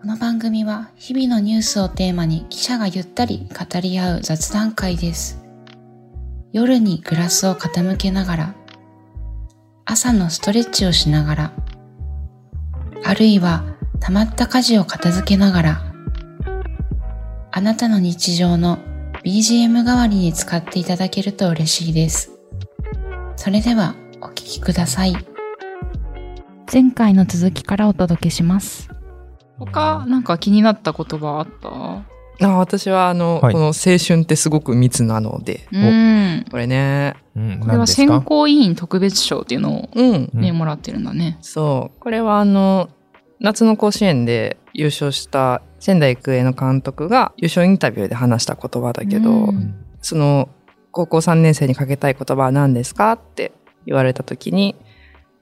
この番組は日々のニュースをテーマに記者がゆったり語り合う雑談会です。夜にグラスを傾けながら、朝のストレッチをしながら、あるいは溜まった家事を片付けながら、あなたの日常の BGM 代わりに使っていただけると嬉しいです。それではお聞きください。前回の続きからお届けします。他、なんか気になった言葉あったあ私はあの、はいこの青春ってすごく密なので、うん。これね、うん、これ何はですか選考委員特別賞っていうのをうん、ね、うんもらってるんだね。そう、これはあの、夏の甲子園で優勝した仙台育英の監督が優勝インタビューで話した言葉だけど、うんその、高校3年生にかけたい言葉は何ですかって言われた時に、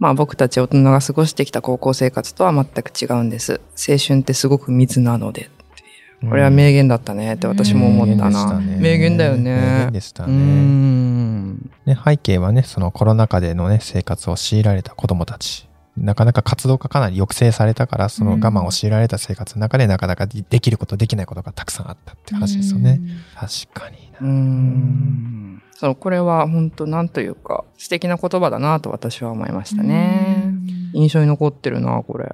まあ僕たち大人が過ごしてきた高校生活とは全く違うんです。青春ってすごく密なので。これは名言だったねって私も思ったな。うん名言だよね名言でしたうね。ん。ね背景はね、そのコロナ禍でのね、生活を強いられた子供たち。なかなか活動がかなり抑制されたから、その我慢を強いられた生活の中でなかなかできること、できないことがたくさんあったって話ですよね。確かにな。うんそう、これは本当なんというか、素敵な言葉だなと私は思いましたね。印象に残ってるな、これ。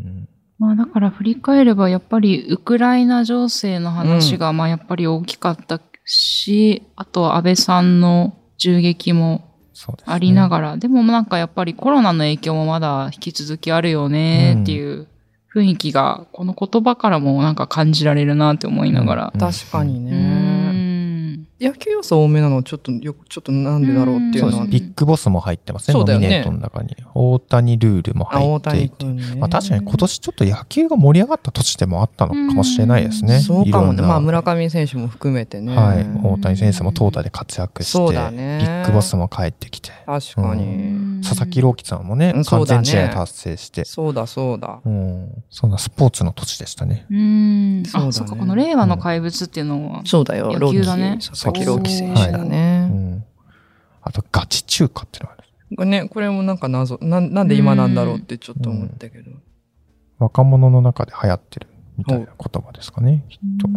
うんまあだから振り返ればやっぱりウクライナ情勢の話がまあやっぱり大きかったし、あとは安倍さんの銃撃もそうですねありながら、でもなんかやっぱりコロナの影響もまだ引き続きあるよねっていう雰囲気がこの言葉からもなんか感じられるなって思いながら。確かにうね。ん。野球要素多めなの、ちょっとよく、ちょっとなんでだろうっていうそうでのすはん。ビッグボスも入ってますね、そうノだよミねネートの中に。大谷ルールもあ入大って谷いて。君ね。まあ確かに今年ちょっと野球が盛り上がった年でもあったのかもしれないですね。そうかいろもね。んなまあ村上選手も含めてね。はい、も大谷選手も投打で活躍して、そうビだねッグボスも帰ってきて、確かうに。佐々木朗希さんもねう、んそ完うだ全ね試合達成して、そうだそうだ。うん、そんなスポーツの年でしたね。うん。そうだあ、ねそっか、この令和の怪物っていうのは、そうだよ。野球だね朗希佐々木朗希選手だうね。ん、あと、ガチ中華ってのがある。ね、これもなんか謎。なんなんで今なんだろうってちょっと思ったけど。若者の中で流行ってるみたいな言葉ですかね、きっと。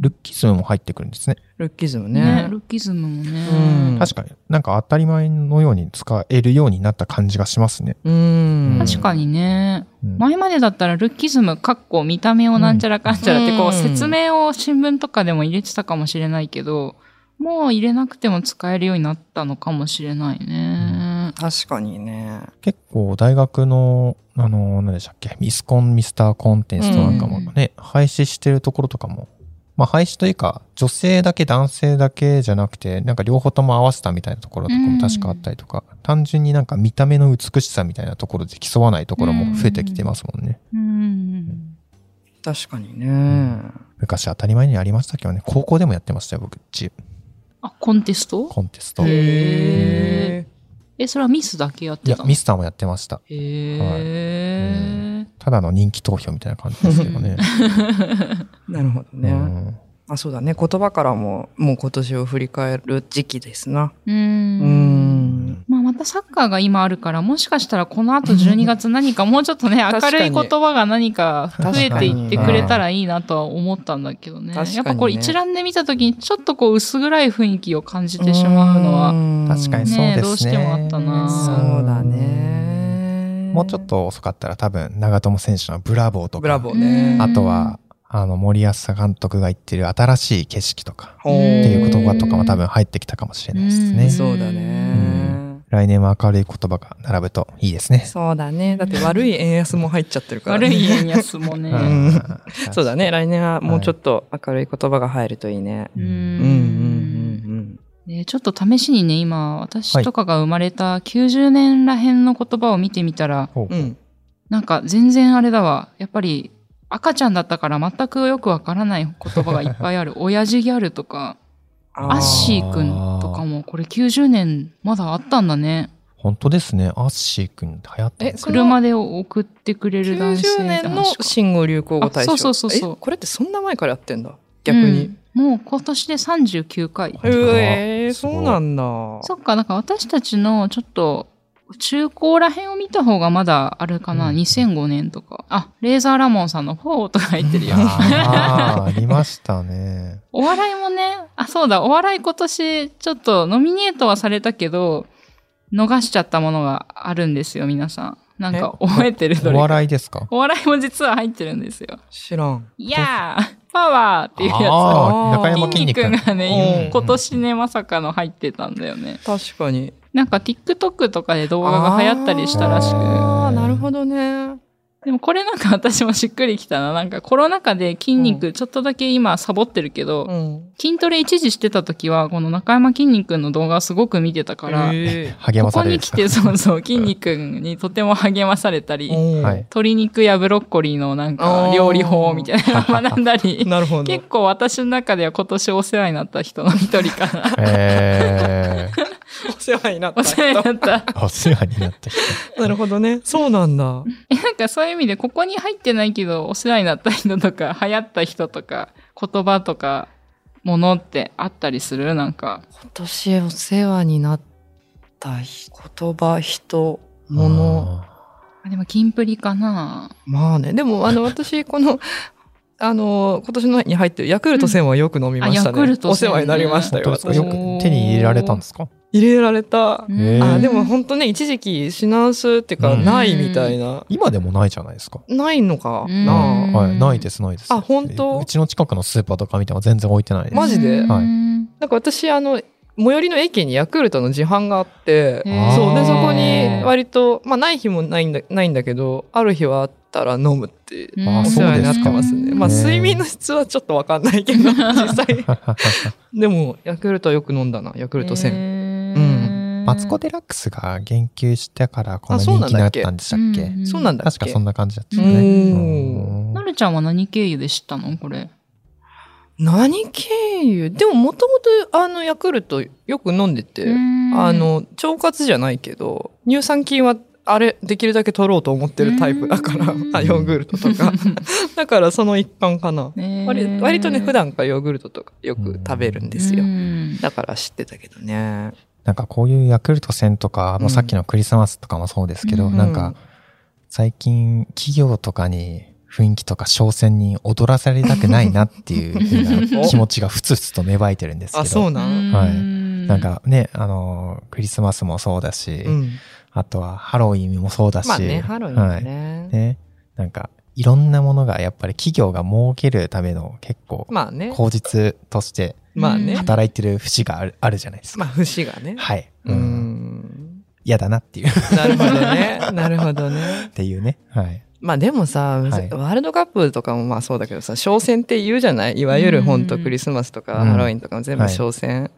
ルッキズムも入ってくるんですね。ルッキズムねね。ルッキズムもね。うん確かになんか当たり前のように使えるようになった感じがしますね。うん。確かにね。うん前までだったらルッキズム、かっこ見た目をなんちゃらかんちゃらって、こうう、ん説明を新聞とかでも入れてたかもしれないけど、もう入れなくても使えるようになったのかもしれないね。確かにね。結構大学の、あの、何でしたっけ、ミスコン、ミスターコンテンツとなんかもね、廃止してるところとかも、まあ廃止というか、女性だけ男性だけじゃなくて、なんか両方とも合わせたみたいなところとかも確かあったりとか、単純になんか見た目の美しさみたいなところで競わないところも増えてきてますもんね。うん。確かにね。昔当たり前にありましたけどね、高校でもやってましたよ、僕、ちあ、コンテストコンテスト。いへえ、それはミスだけやってやた、のミスターもやってました。へはいえ。ただの人気投票みたいな感じですけ どね。なるほどね。うんあ、そうだね。言葉からも、もう今年を振り返る時期ですな。う。うんん。まあ、またサッカーが今あるから、もしかしたらこの 後12月何かもうちょっとね、確明かにるい言葉が何か増えていってくれたらいいなとは思ったんだけどね。確かにねやっぱこれ一覧で見た時にちょっとこう薄暗い雰囲気を感じてしまうのは。は確かねにそうですね。どうしてもあったなそうだ。ね。もうちょっ。と遅かったら多分長友選手のブラボーとか、ブラボーね。あとは、あの、森保監督が言ってる新しい景色とか、ほうっていう言葉とかも多分入ってきたかもしれないですうんね。そうだね。来年は明るい言葉が並ぶといいですね。そうだね。だって悪い円安も入っちゃってるから、悪ね。い円安もうね。んそうだね。来年はもうちょっと明るい言葉が入るといいね。ううんうんんうんうん。ねちょっと試しにね、今、私とかが生まれた90年らへんの言葉を見てみたら、ほううん、なんか全然あれだわ。やっぱり赤ちゃんだったから全くよくわからない言葉がいっぱいある。親父ギャルとか、あアッシーーくんとかも、これ90年まだあったんだね。本当ですね。アッシー君流行ったんですえそれは車で送ってくれる男性90って話か年の新語・流行語大賞。あそうそうそうそうえこれってそんな前からやってんだ。逆に。うんもう今年で39回。うんうえーすごいそうなんだ。そっか、なんか私たちのちょっと中高ら辺を見た方がまだあるかな、うん2005年とか。あ、レーザーラモンさんのフォーとか入ってるよ。あーありましたね。 お笑いもね、あ、そうだ、お笑い今年ちょっとノミネートはされたけど、逃しちゃったものがあるんですよ、皆さん。なんか覚えてるどおれか。笑いですかお笑いも実は入ってるんですよ。知らん。いやーパワーっていうやああ、中つ。山筋筋肉肉。がね、うん今年ね、まさかの入ってたんだよね。確かに。なんか TikTok とかで動画が流行ったりしたらしあくー。ああ、なるほどね。でもこれなんか私もしっくりきたな。なんかコロナ禍で筋肉ちょっとだけ今サボってるけど、うん。筋トレ一時してた時は、この中山筋肉の動画すごく見てたから、え励こまこされるに来てそうそう、筋肉にとても励まされたり、ーはい。鶏肉やブロッコリーのなんか料理法みたいなのを学んだ り、なるほど。結構私の中では今年お世話になった人の一人か な。えお世話になっおた世話人に。なった。 ー、お世話になった人。なるほどね。そうなんだ。なんかそういう意味で、ここに入ってないけど、お世話になった人とか、流行った人とか、言葉とか、ものってあったりするなんか。今年お世話になった人言葉、人、物。あでも、キンプリかなまあね。でも、あの、私、この、あの、今年のに入ってるヤクルト1000はよく飲みましたうんあヤクねル。ト1000お世話になりました本よ、当ですか私よ。く手に入れられたんですか入れられた。へーあでも本当ね一時期品薄っていうかうんないみたいな、今でもないじゃないですか。ないのかうんな、うんはい、ないです、ないです。あ本当うちの近くのスーパーとか見ても全然置いてないです。マジではいなんか私あの最寄りの駅にヤクルトの自販があっへてーそうでそこにへー割と、まあ、ない日もないんだないんだけどある日はあったら飲むってうんあお世そう話でになっすてかますねまあ睡眠の質はちょっとわかんない けど実際でもヤクルトはよく飲んだなヤクルト1000、うマツコ・で。デラックスが言及してからこのあそう人なん気になだっっけたんでしたっけうんそうなんだっけ確かそんな感じだったようね。んうなんるちゃんは何経由で知ったのこれ。何経由でももともとあのヤクルトよく飲んでて、ああ、の腸活じゃないけど乳酸菌はあれできるだけ取ろうと思ってるタイプだからうんあヨーグルト とかだからその一環かな割割とね普段段からヨーグルトとかよく食べるんですよだから知ってたけどねなんかこういうヤクルト戦とか、うんもうさっきのクリスマスとかもそうですけど、うんなんか最近企業とかに雰囲気とか商戦に踊らされたくないなっていうふう な気持ちがふつふつと芽生えてるんですけあど。そうなんはいななん、かね、あのークリスマスもそうだし、うんあとはハロウィンもそうだし、まあねハロウィンははねい、ね、なんかいろんなものがやっぱり企業が儲けるための結構まあね口実としてまあうんね働いてる節があるあるじゃないですか。まあ節がねはい。ううん。ん嫌、だなっていう、っなるほどねなるほどねていうね。はい。まあでもさ、はいワールドカップとかもまあそうだけどさ、商戦って言うじゃないいわゆる本当うんクリスマスとかうんハロウィンとかも全部はい商戦。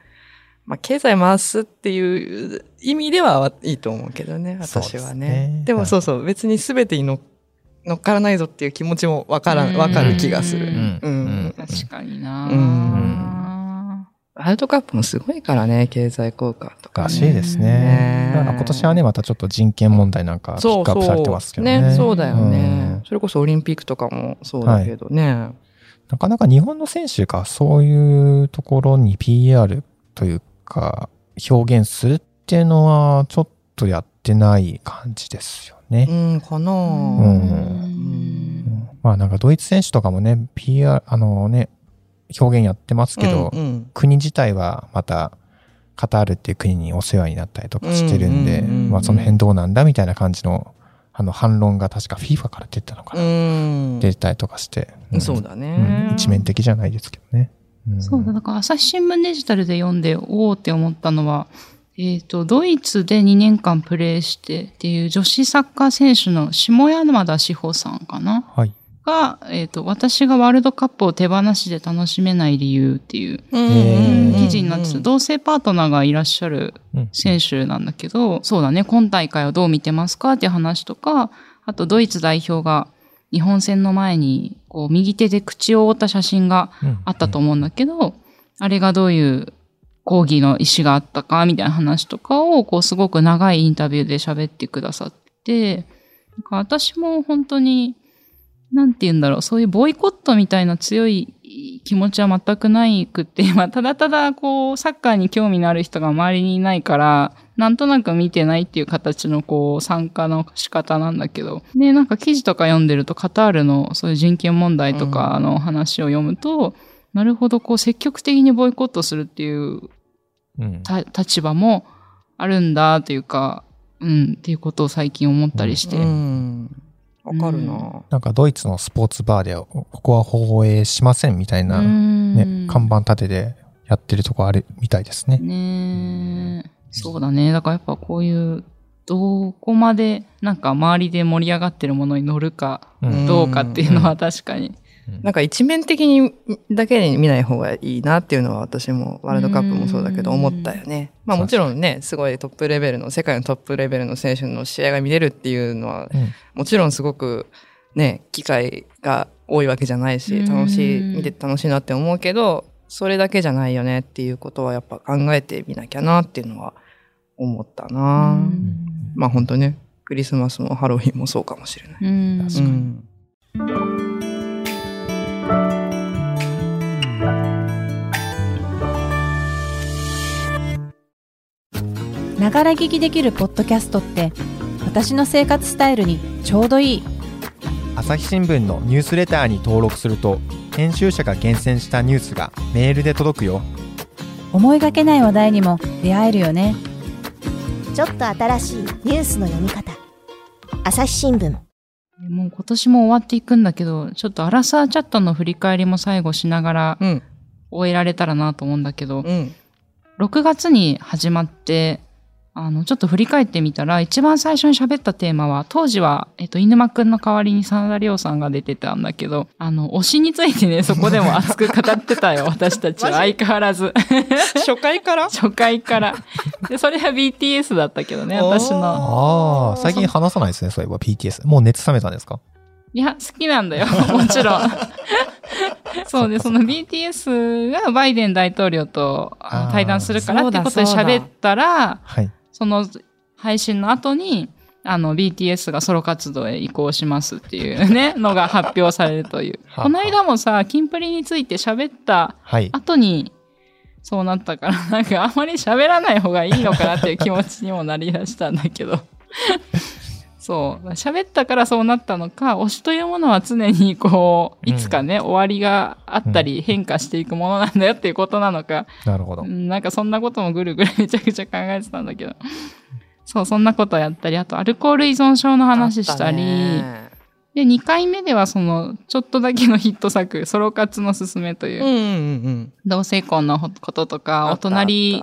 まあ経済回すっていう意味ではいいと思うけどね、そうですね私はね。でもはいそうそう、別に全てに乗っ乗っからないぞっていう気持ちもわからうんん、わかる気がすうる。んうん確かになうんワールドカップもすごいからね、経済効果とおかかね、しいですねね。なんか今年はね、またちょっと人権問題なんかピッそうクアップされてそますけう。どね。ね、そうだようねん。それこそオリンピックとかもそうだけどね。なかなか日本の選手がそういうところに PR というか表現するっていうのはちょっとやってない感じですようね。ん、かなぁうんうんうんまあなんかドイツ選手とかもね、PR、あのね、表現やってますけど、うんうん国自体はまたカタールっていう国にお世話になったりとかしてるんで、うんうんうんうんまあその辺どうなんだみたいな感じのあの反論が確か FIFA から出たのかな、うん出たりとかして、んそうだね、うん一面的じゃないですけどね。んそうだ、だから朝日新聞デジタルで読んで、おおって思ったのは、えっ、と、ドイツで2年間プレーしてっていう女子サッカー選手の下山田志保さんかなはい。が、えっ、と、私がワールドカップを手放しで楽しめない理由っていううんえー記事になってた、うん同性パートナーがいらっしゃるうん選手なんだけど、そうだね、今大会をどう見てますかっていう話とか、あとドイツ代表が日本戦の前に、こう、右手で口を覆った写真があったと思うんだけど、あれがどういう抗議の意思があったかみたいな話とかを、こう、すごく長いインタビューで喋ってくださって、なんか私も本当に、なんて言うんだろう、そういうボイコットみたいな強い気持ちは 全くないくって、まあ、ただただこう、サッカーに興味のある人が周りにいないから、なんとなく見てないっていう形のこう参加の仕方なんだけど、ね、なんか記事とか読んでるとカタールのそういう人権問題とかの話を読むと、なるほどこう積極的にボイコットするっていううんた立場もあるんだというか、うん、っていうことを最近思ったりして。うん。わかるな。なんかドイツのスポーツバーで、ここは放映しませんみたいな、ね、ね看板立てでやってるとこあるみたいですね。ねえ、そうだね。だからやっぱこういう、どこまで、なんか周りで盛り上がってるものに乗るか、うんどうかっていうのは確かに。なんか一面的にだけに見ない方がいいなっていうのは私もワールドカップもそうだけどうん思ったよね。まあもちろんね、すごいトップレベルの、世界のトップレベルの選手の試合が見れるっていうのは、うんもちろんすごくね、機会が多いわけじゃないし、うん楽しい、見てて楽しいなって思うけど、それだけじゃないよねっていうことはやっぱ考えてみなきゃなっていうのは思ったな。うんまあ本当ね、クリスマスもハロウィンもそうかもしれない。うん確かにうんながら聞きできるポッドキャストって私の生活スタイルにちょうどいい朝日新聞のニュースレターに登録すると、編集者が厳選したニュースがメールで届くよ。思いがけない話題にも出会えるよねちょっと新しいニュースの読み方朝日新聞もう今年も終わっていくんだけど、ちょっとアラサーチャットの振り返りも最後しながらうん。終えられたらなと思うんだけど、うん。 6月に始まって、あの、ちょっと振り返ってみたら、一番最初に喋ったテーマは、当時は、えっと、犬間くんの代わりに真田亮さんが出てたんだけど、あの、推しについてね、そこでも熱く語ってた よ、私たちは。相変わらず。初回から初回から。で、それは BTS だったけどね、私の。ああ、最近話さないですね、そういえば PTS。もう熱冷めたんですかいや、好きなんだよ、もち ろん。そうね、その BTS がバイデン大統領とああー対談するからってことでそうだそうだ喋ったら、はい。その配信の後に、あの、BTS がソロ活動へ移行しますっていうね、 のが発表されるという。はあこの間もさ、キンプリについて喋ったはい。後に、そうなったから、 なんかあんまり喋らない方がいいのかなっていう気持ちにもなりだしたんだけど。 そう。喋ったからそうなったのか、推しというものは常にこう、いつかね、終わりがあったり変化していくものなんだよっていうことなのか、なるほどう。んなんかそんなこともぐるぐる めちゃくちゃ考えてたんだけど。そう、そんなことやったり、あとアルコール依存症の話したり、で、2回目ではその、ちょっとだけのヒット作、ソロ活のすすめといううん、うんうん同性婚のこととか、おあったあった隣、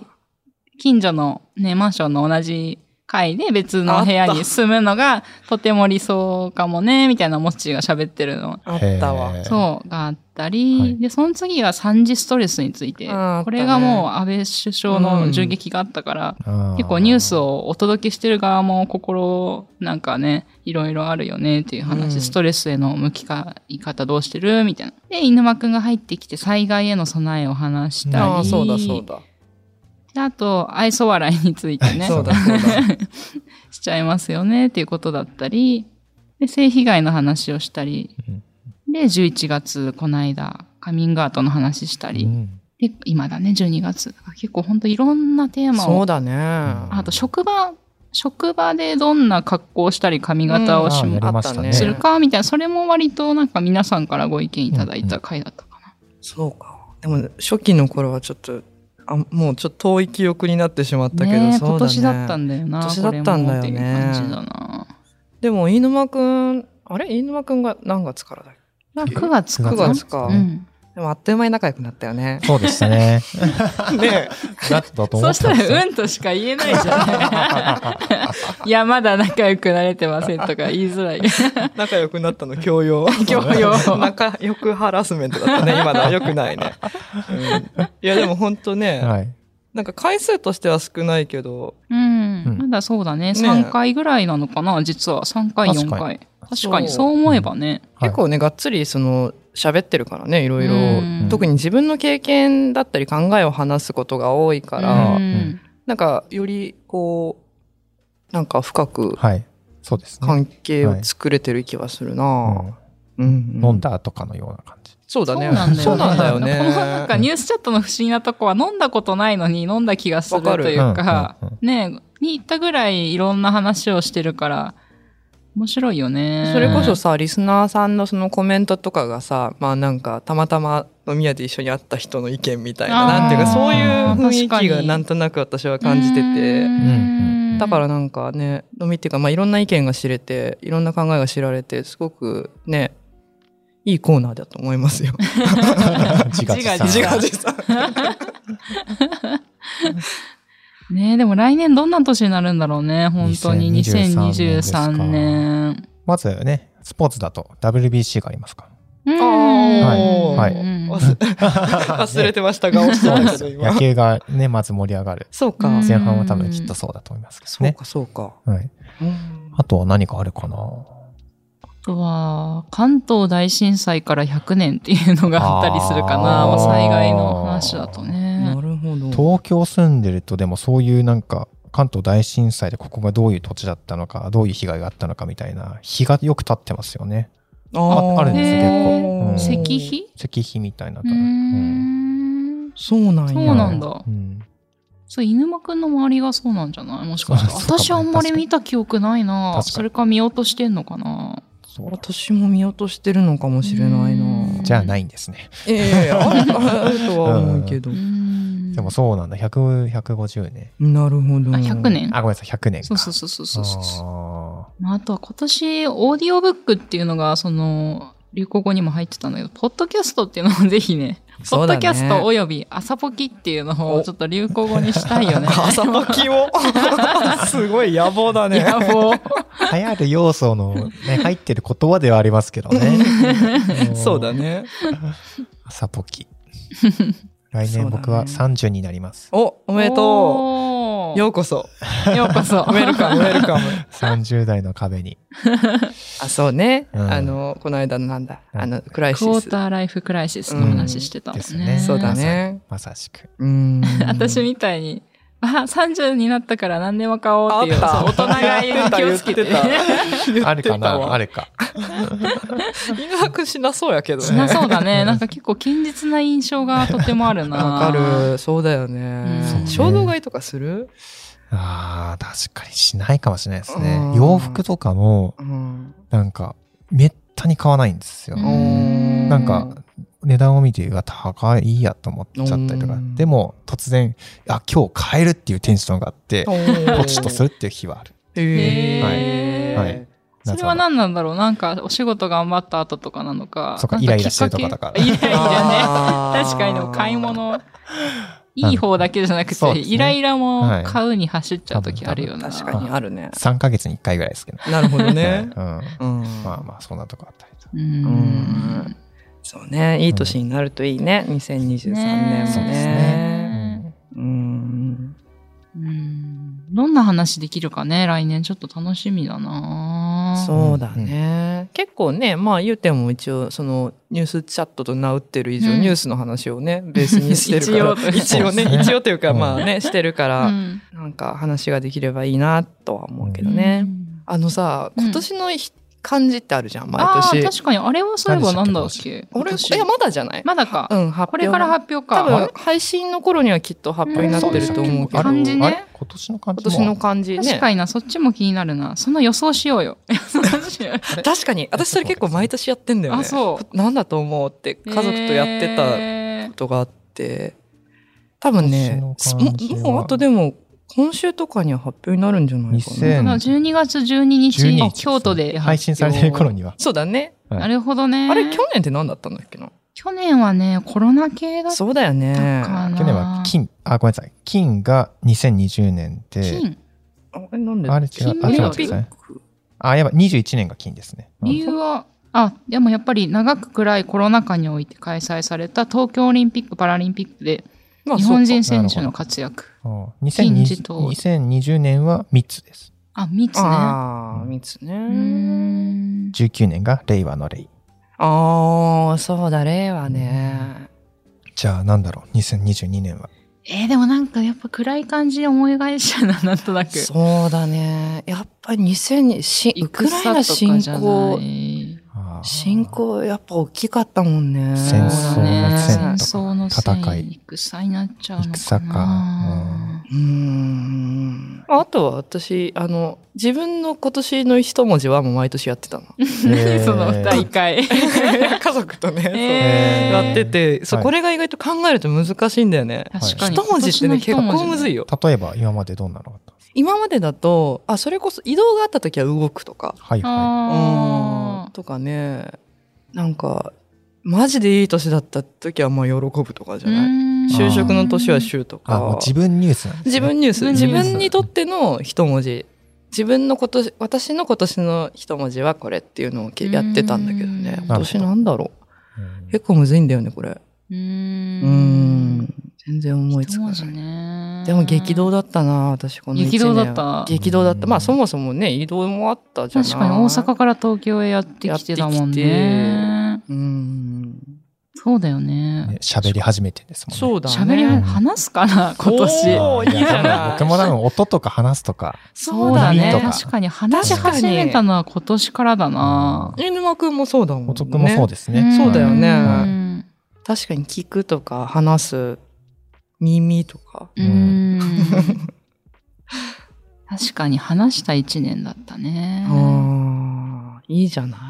近所のね、マンションの同じ階で別の部屋あっにた住むのが、とても理想かもね、みたいなモッチーが喋ってるの。あったわへーそう、があったり、はいで、その次は三次ストレスについて、あーあったねこれがもう安倍首相の銃撃があったから、あ結構ニュースをお届けしてる側も心なんかね、いろいろあるよねっていう話、うんストレスへの向きかい方どうしてるみたいな。で、犬間くんが入ってきて災害への備えを話したり。ああそうだそうだであと、愛想笑いについてね、そうだそうだ しちゃいますよねっていうことだったり、で、性被害の話をしたりう、で、11月、この間、カミングアウトの話したうり、んで、今だね、12月。結構本当いろんなテーマをそうだねあと職場、職場でどんな格好をしたり髪型をし、うんあーやりましたねするかみたいな、それも割となんか皆さんからご意見いただいた回だったかそうかでも初期の頃はちょっとあもうちょっと遠い記憶になってしまっな。たけど、ねえそうだね今年だったんだよな。今年だったんだこれもっよねていう感じだな。でも飯沼くんあれ飯沼くんが何月からだっなんか9月か9九な。月か、うん、でもあっという間に仲良くなったよねそうでし たね。ねだったと思そっしたたんですら、ようんとしか言えないじゃ ん。いや、まだ仲良くなれてませんとか言いづらい。 仲良くなったの強 要強要仲良くハラスメントだったね 今のは良くないね、うん、いやでも本当ね、はい。なんか回数としては少ないけどうん、うんまだそうだね。ね3回ぐらいなのかな、実は。3回、4確か回。確かに、そう思えばね。はい結構ね、がっつりその喋ってるからねいろいろ、うん特に自分の経験だったり考えを話すことが多いから、ううんんなんかよりこうなんか深くはい。そうですね。関係を作れてる気はするな、うんうん飲んだとかのような感じ。そうだね。そそううななんんだだよよね。ね。この なんかニュースチャットの不思議なとこは飲んだことないのに飲んだ気がするというわか、かるねえ、に行ったぐらいいろんな話をしてるから、面白いよね。それこそさ、リスナーさんのそのコメントとかがさ、まあなんか、たまたま飲み屋で一緒に会った人の意見みたいな、あーなんていうか、そういう雰囲確気かがになんとなく私は感じてうて、んだからなんかね、飲みっていうか、まあいろんな意見が知れて、いろんな考えが知られて、すごくね、いいコーナーだと思いますよ。 自画自賛自自画画自 自賛。ねえ、でも来年どんな年になるんだろうね、本当に。2023 2023年。まずね、スポーツだと WBC がありますかうんはいはいうん 忘れてましたが、押してたけど、ら。野今。球がね、まず盛り上がる。そううかん。前半は多分きっとそうだと思いますけどそうね。か、そうか。はい。あとは何かあるかなあとは、関東大震災から100年っていうのがあったりするかな。あーまあ災害の話だとなね。るほど。東京住んでるとでもそういうなんか関東大震災でここがどういう土地だったのかどういう被害があったのかみたいな日がよく経ってますよねーああるんですよ結構うん石碑石碑みたいなうーん。そうなんや。そうなんだうんそう、犬間くんの周りがそうなんじゃないもしかして。そうそうかもね私あんまり見た記憶ないな。確かにそれか見落としてんのかな。そうだ私も見落としてるのかもしれないなうん。じゃあないんですね、いやいやいやあるあるとは思うけどう。ん。でもそうなんだ100 150年なるほど。あ、100。年あごめんなさい100年かそうそうそうそうそうそう。あまあ、あとは今年、オーディオブックっていうのが、その、流行語にも入ってたんだけど、ポッドキャストっていうのもぜ ひね、ポそッうドだねキャストおよび朝ポキっていうのをちょっと流行語にしたいよ ね。 朝巻きを。 すごい野望だね。野望。ー流行る要素の、 ね、入ってる言葉ではありますけどねそうだね。朝ポ キ来そうだ年ね僕は30になり ます、お、おおめでとう。よようこそ。うこ そ。ウェルカム、ウェルカム。 30代の壁にあ、そうね。うんあの、この間のなんだ。あの、クライクシォスー。ターライフクライシスの話してたもんですね。ねそうだねまさしくうーん。 私みたいに、あ、30になったから何でも買おうっていう、あそう大人が言う気をつけて。言ってたあるかなあれ。るか誘惑しなそうやけど ね。しなそうだね。なんか結構堅実な印象がとてもあるな。わかる。そうだようんね。衝動買いとかするああ、確かにしないかもしれないですねうん。洋服とかも、うん。なんか、めったに買わないんですよ。ううんなんか、値段を見て、うわ、高いやと思っちゃったりとうか。んでも、突然、あ、今日買えるっていうテンションがあって、ポチッとするっていう日はある。へへーーはいそれはなぜ何なんだろうなんかお仕事頑張った後とかなのか。そっかなんイライラしてるとかだからきっ けイライラね。あー確かにでも買い 物、いい方だけじゃなくそうて、ですねイライラも買うに走っちゃう時あるよな。確かにあるねな。の ?3 ヶ月に1回ぐらいですけど。なるほどね。うん。 うん。まあまあ、そんなとこあったりと。ううんん。そうね。いい年になるといいね。2023ね年えそもうですね。ね。うん。うんどんな話できるかね、来年ちょっと楽しみだなそうだね。結構ね、まあ言うても一応、そのニュースチャットと名打ってる以上、うんニュースの話をね、ベースにしてるから。一一応応とねね、一応というか、まあね、してるかうら、んなんか話ができればいいなとは思うけどね。あのさ、うん今年のひ漢字ってあるじゃん、毎ああ年ー、。確かに、あれはそういえばなんだっけ俺、今年いや、まだじゃないまだかう。ん、発表これから発表多か。分、配信の頃にはきっと発表になってると思うけど。うん漢字ねあれ今年の漢字今も年の漢字ね。確かにな、そっちも気になるな。その予想しよう よ。予想しよう確かに。私それ結構毎年やってんだよね。あそうなんだと思うって、家族とやってたえことがあって。多分ね、も今年の漢字はもうあとでも、今週とかには発表になるんじゃないか2000な。ー、12月12日、 12京都で配信されてる頃には。そうだね。はいなるほどね。あれ、去年って何だったんだっけな。去年はね、コロナ系だったそうだよね。かな。去年は金、あ、ごめんなさい。金が2020年で、金。あれ、なんであれ違う、あ、金違う、曜違日う違う。あ、やばい、21年が金ですね。理由は、あ、でもやっぱり長く暗いコロナ禍において開催された東京オリンピック・パラリンピックでまあ日本人選手の活躍。うん金字塔2020 2020年は3つです。あ、3つそうかね。ああ、三つうね。ーん19年が令和の令。ああ、そうだ、令和ね。じゃあ、なんだろう、2022年は。えーでもなんかやっぱ暗い感じで思い返しちゃうな、なんとなく。そうだね。やっぱり2000に、しウクライナ侵戦とかじゃな攻いああー進行やっぱ大きかったもんね。戦争のそうだ戦ね戦争の戦とか戦いい戦になっちゃうのかな戦かうーん。あとは私、あの、自分の今年の一文字はもう毎年やってたの。その第一回 家族とね、そうへーやってて、そう、はいこれが意外と考えると難しいんだよね。確かに一文字ってね、結構むずいいよ。例えば今までどんなのがあったんですか今までだと、あ、それこそ移動があった時は動くとか、はいはうんあとかね、なんか、マジでいい年だった時はまあ喜ぶとかじゃない。就職の年は就とい。あ、もうか。自分ニュースなんですね自分ニュース自自分ニュース分にとっての一文字自分の今年私の今年の一文字はこれっていうのをけやってたんだけどうねん今年なんだろうんう結構むずいんだよねこれううんーん全然思いつ一かな文字い、ねでも激動だったな私この一年激動だった激動だったまうあんそもそもね移動もあったじゃない確かに大阪から東京へやってきてだもんやねうーんそうだよねね喋り始めてですもんね。そうだ喋りねは話すかな今年おーいいじゃない僕も多分音とか話すとか。そうだねそうだね確かに話し始めたのは今年からだな飯沼君もそうだもんね音くんもそうですね。そうだよねうん確かに聞くとか話す耳とかううんん確かに話した一年だったね。ああ、いいじゃない。ね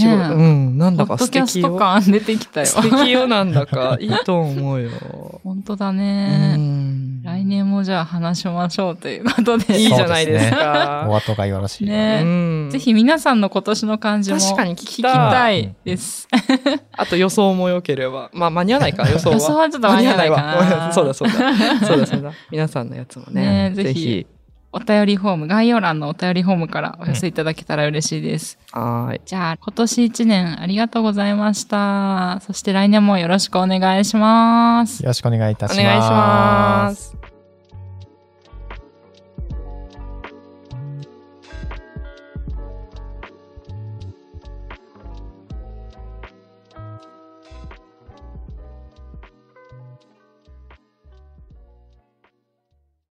え仕事うん、なんポだかッド素キャス敵トよ。感出てきたよ。素敵よ、なん だか。いいと思うよ。本当だうね。ん来年もじゃあ話しましょうということで。いいじゃないですおか。後がよろしいようで。ねう んぜひ皆さんの今年の感じも確か聞に聞ききたいたいです。 あと予想も良ければ。まあ、間に合わないか、予想は。 予想はちょっと間に合わないか間に合わ な。そうだ、そうだ。そうだ、そうだ。皆さんのやつもねね。えぜひお便りフォーム、概要欄のお便りフォームからお寄せいただけたら嬉しいです。はーい。じゃあ、今年一年ありがとうございました。そして来年もよろしくお願いします。よろしくお願いいたおし願まいす。します。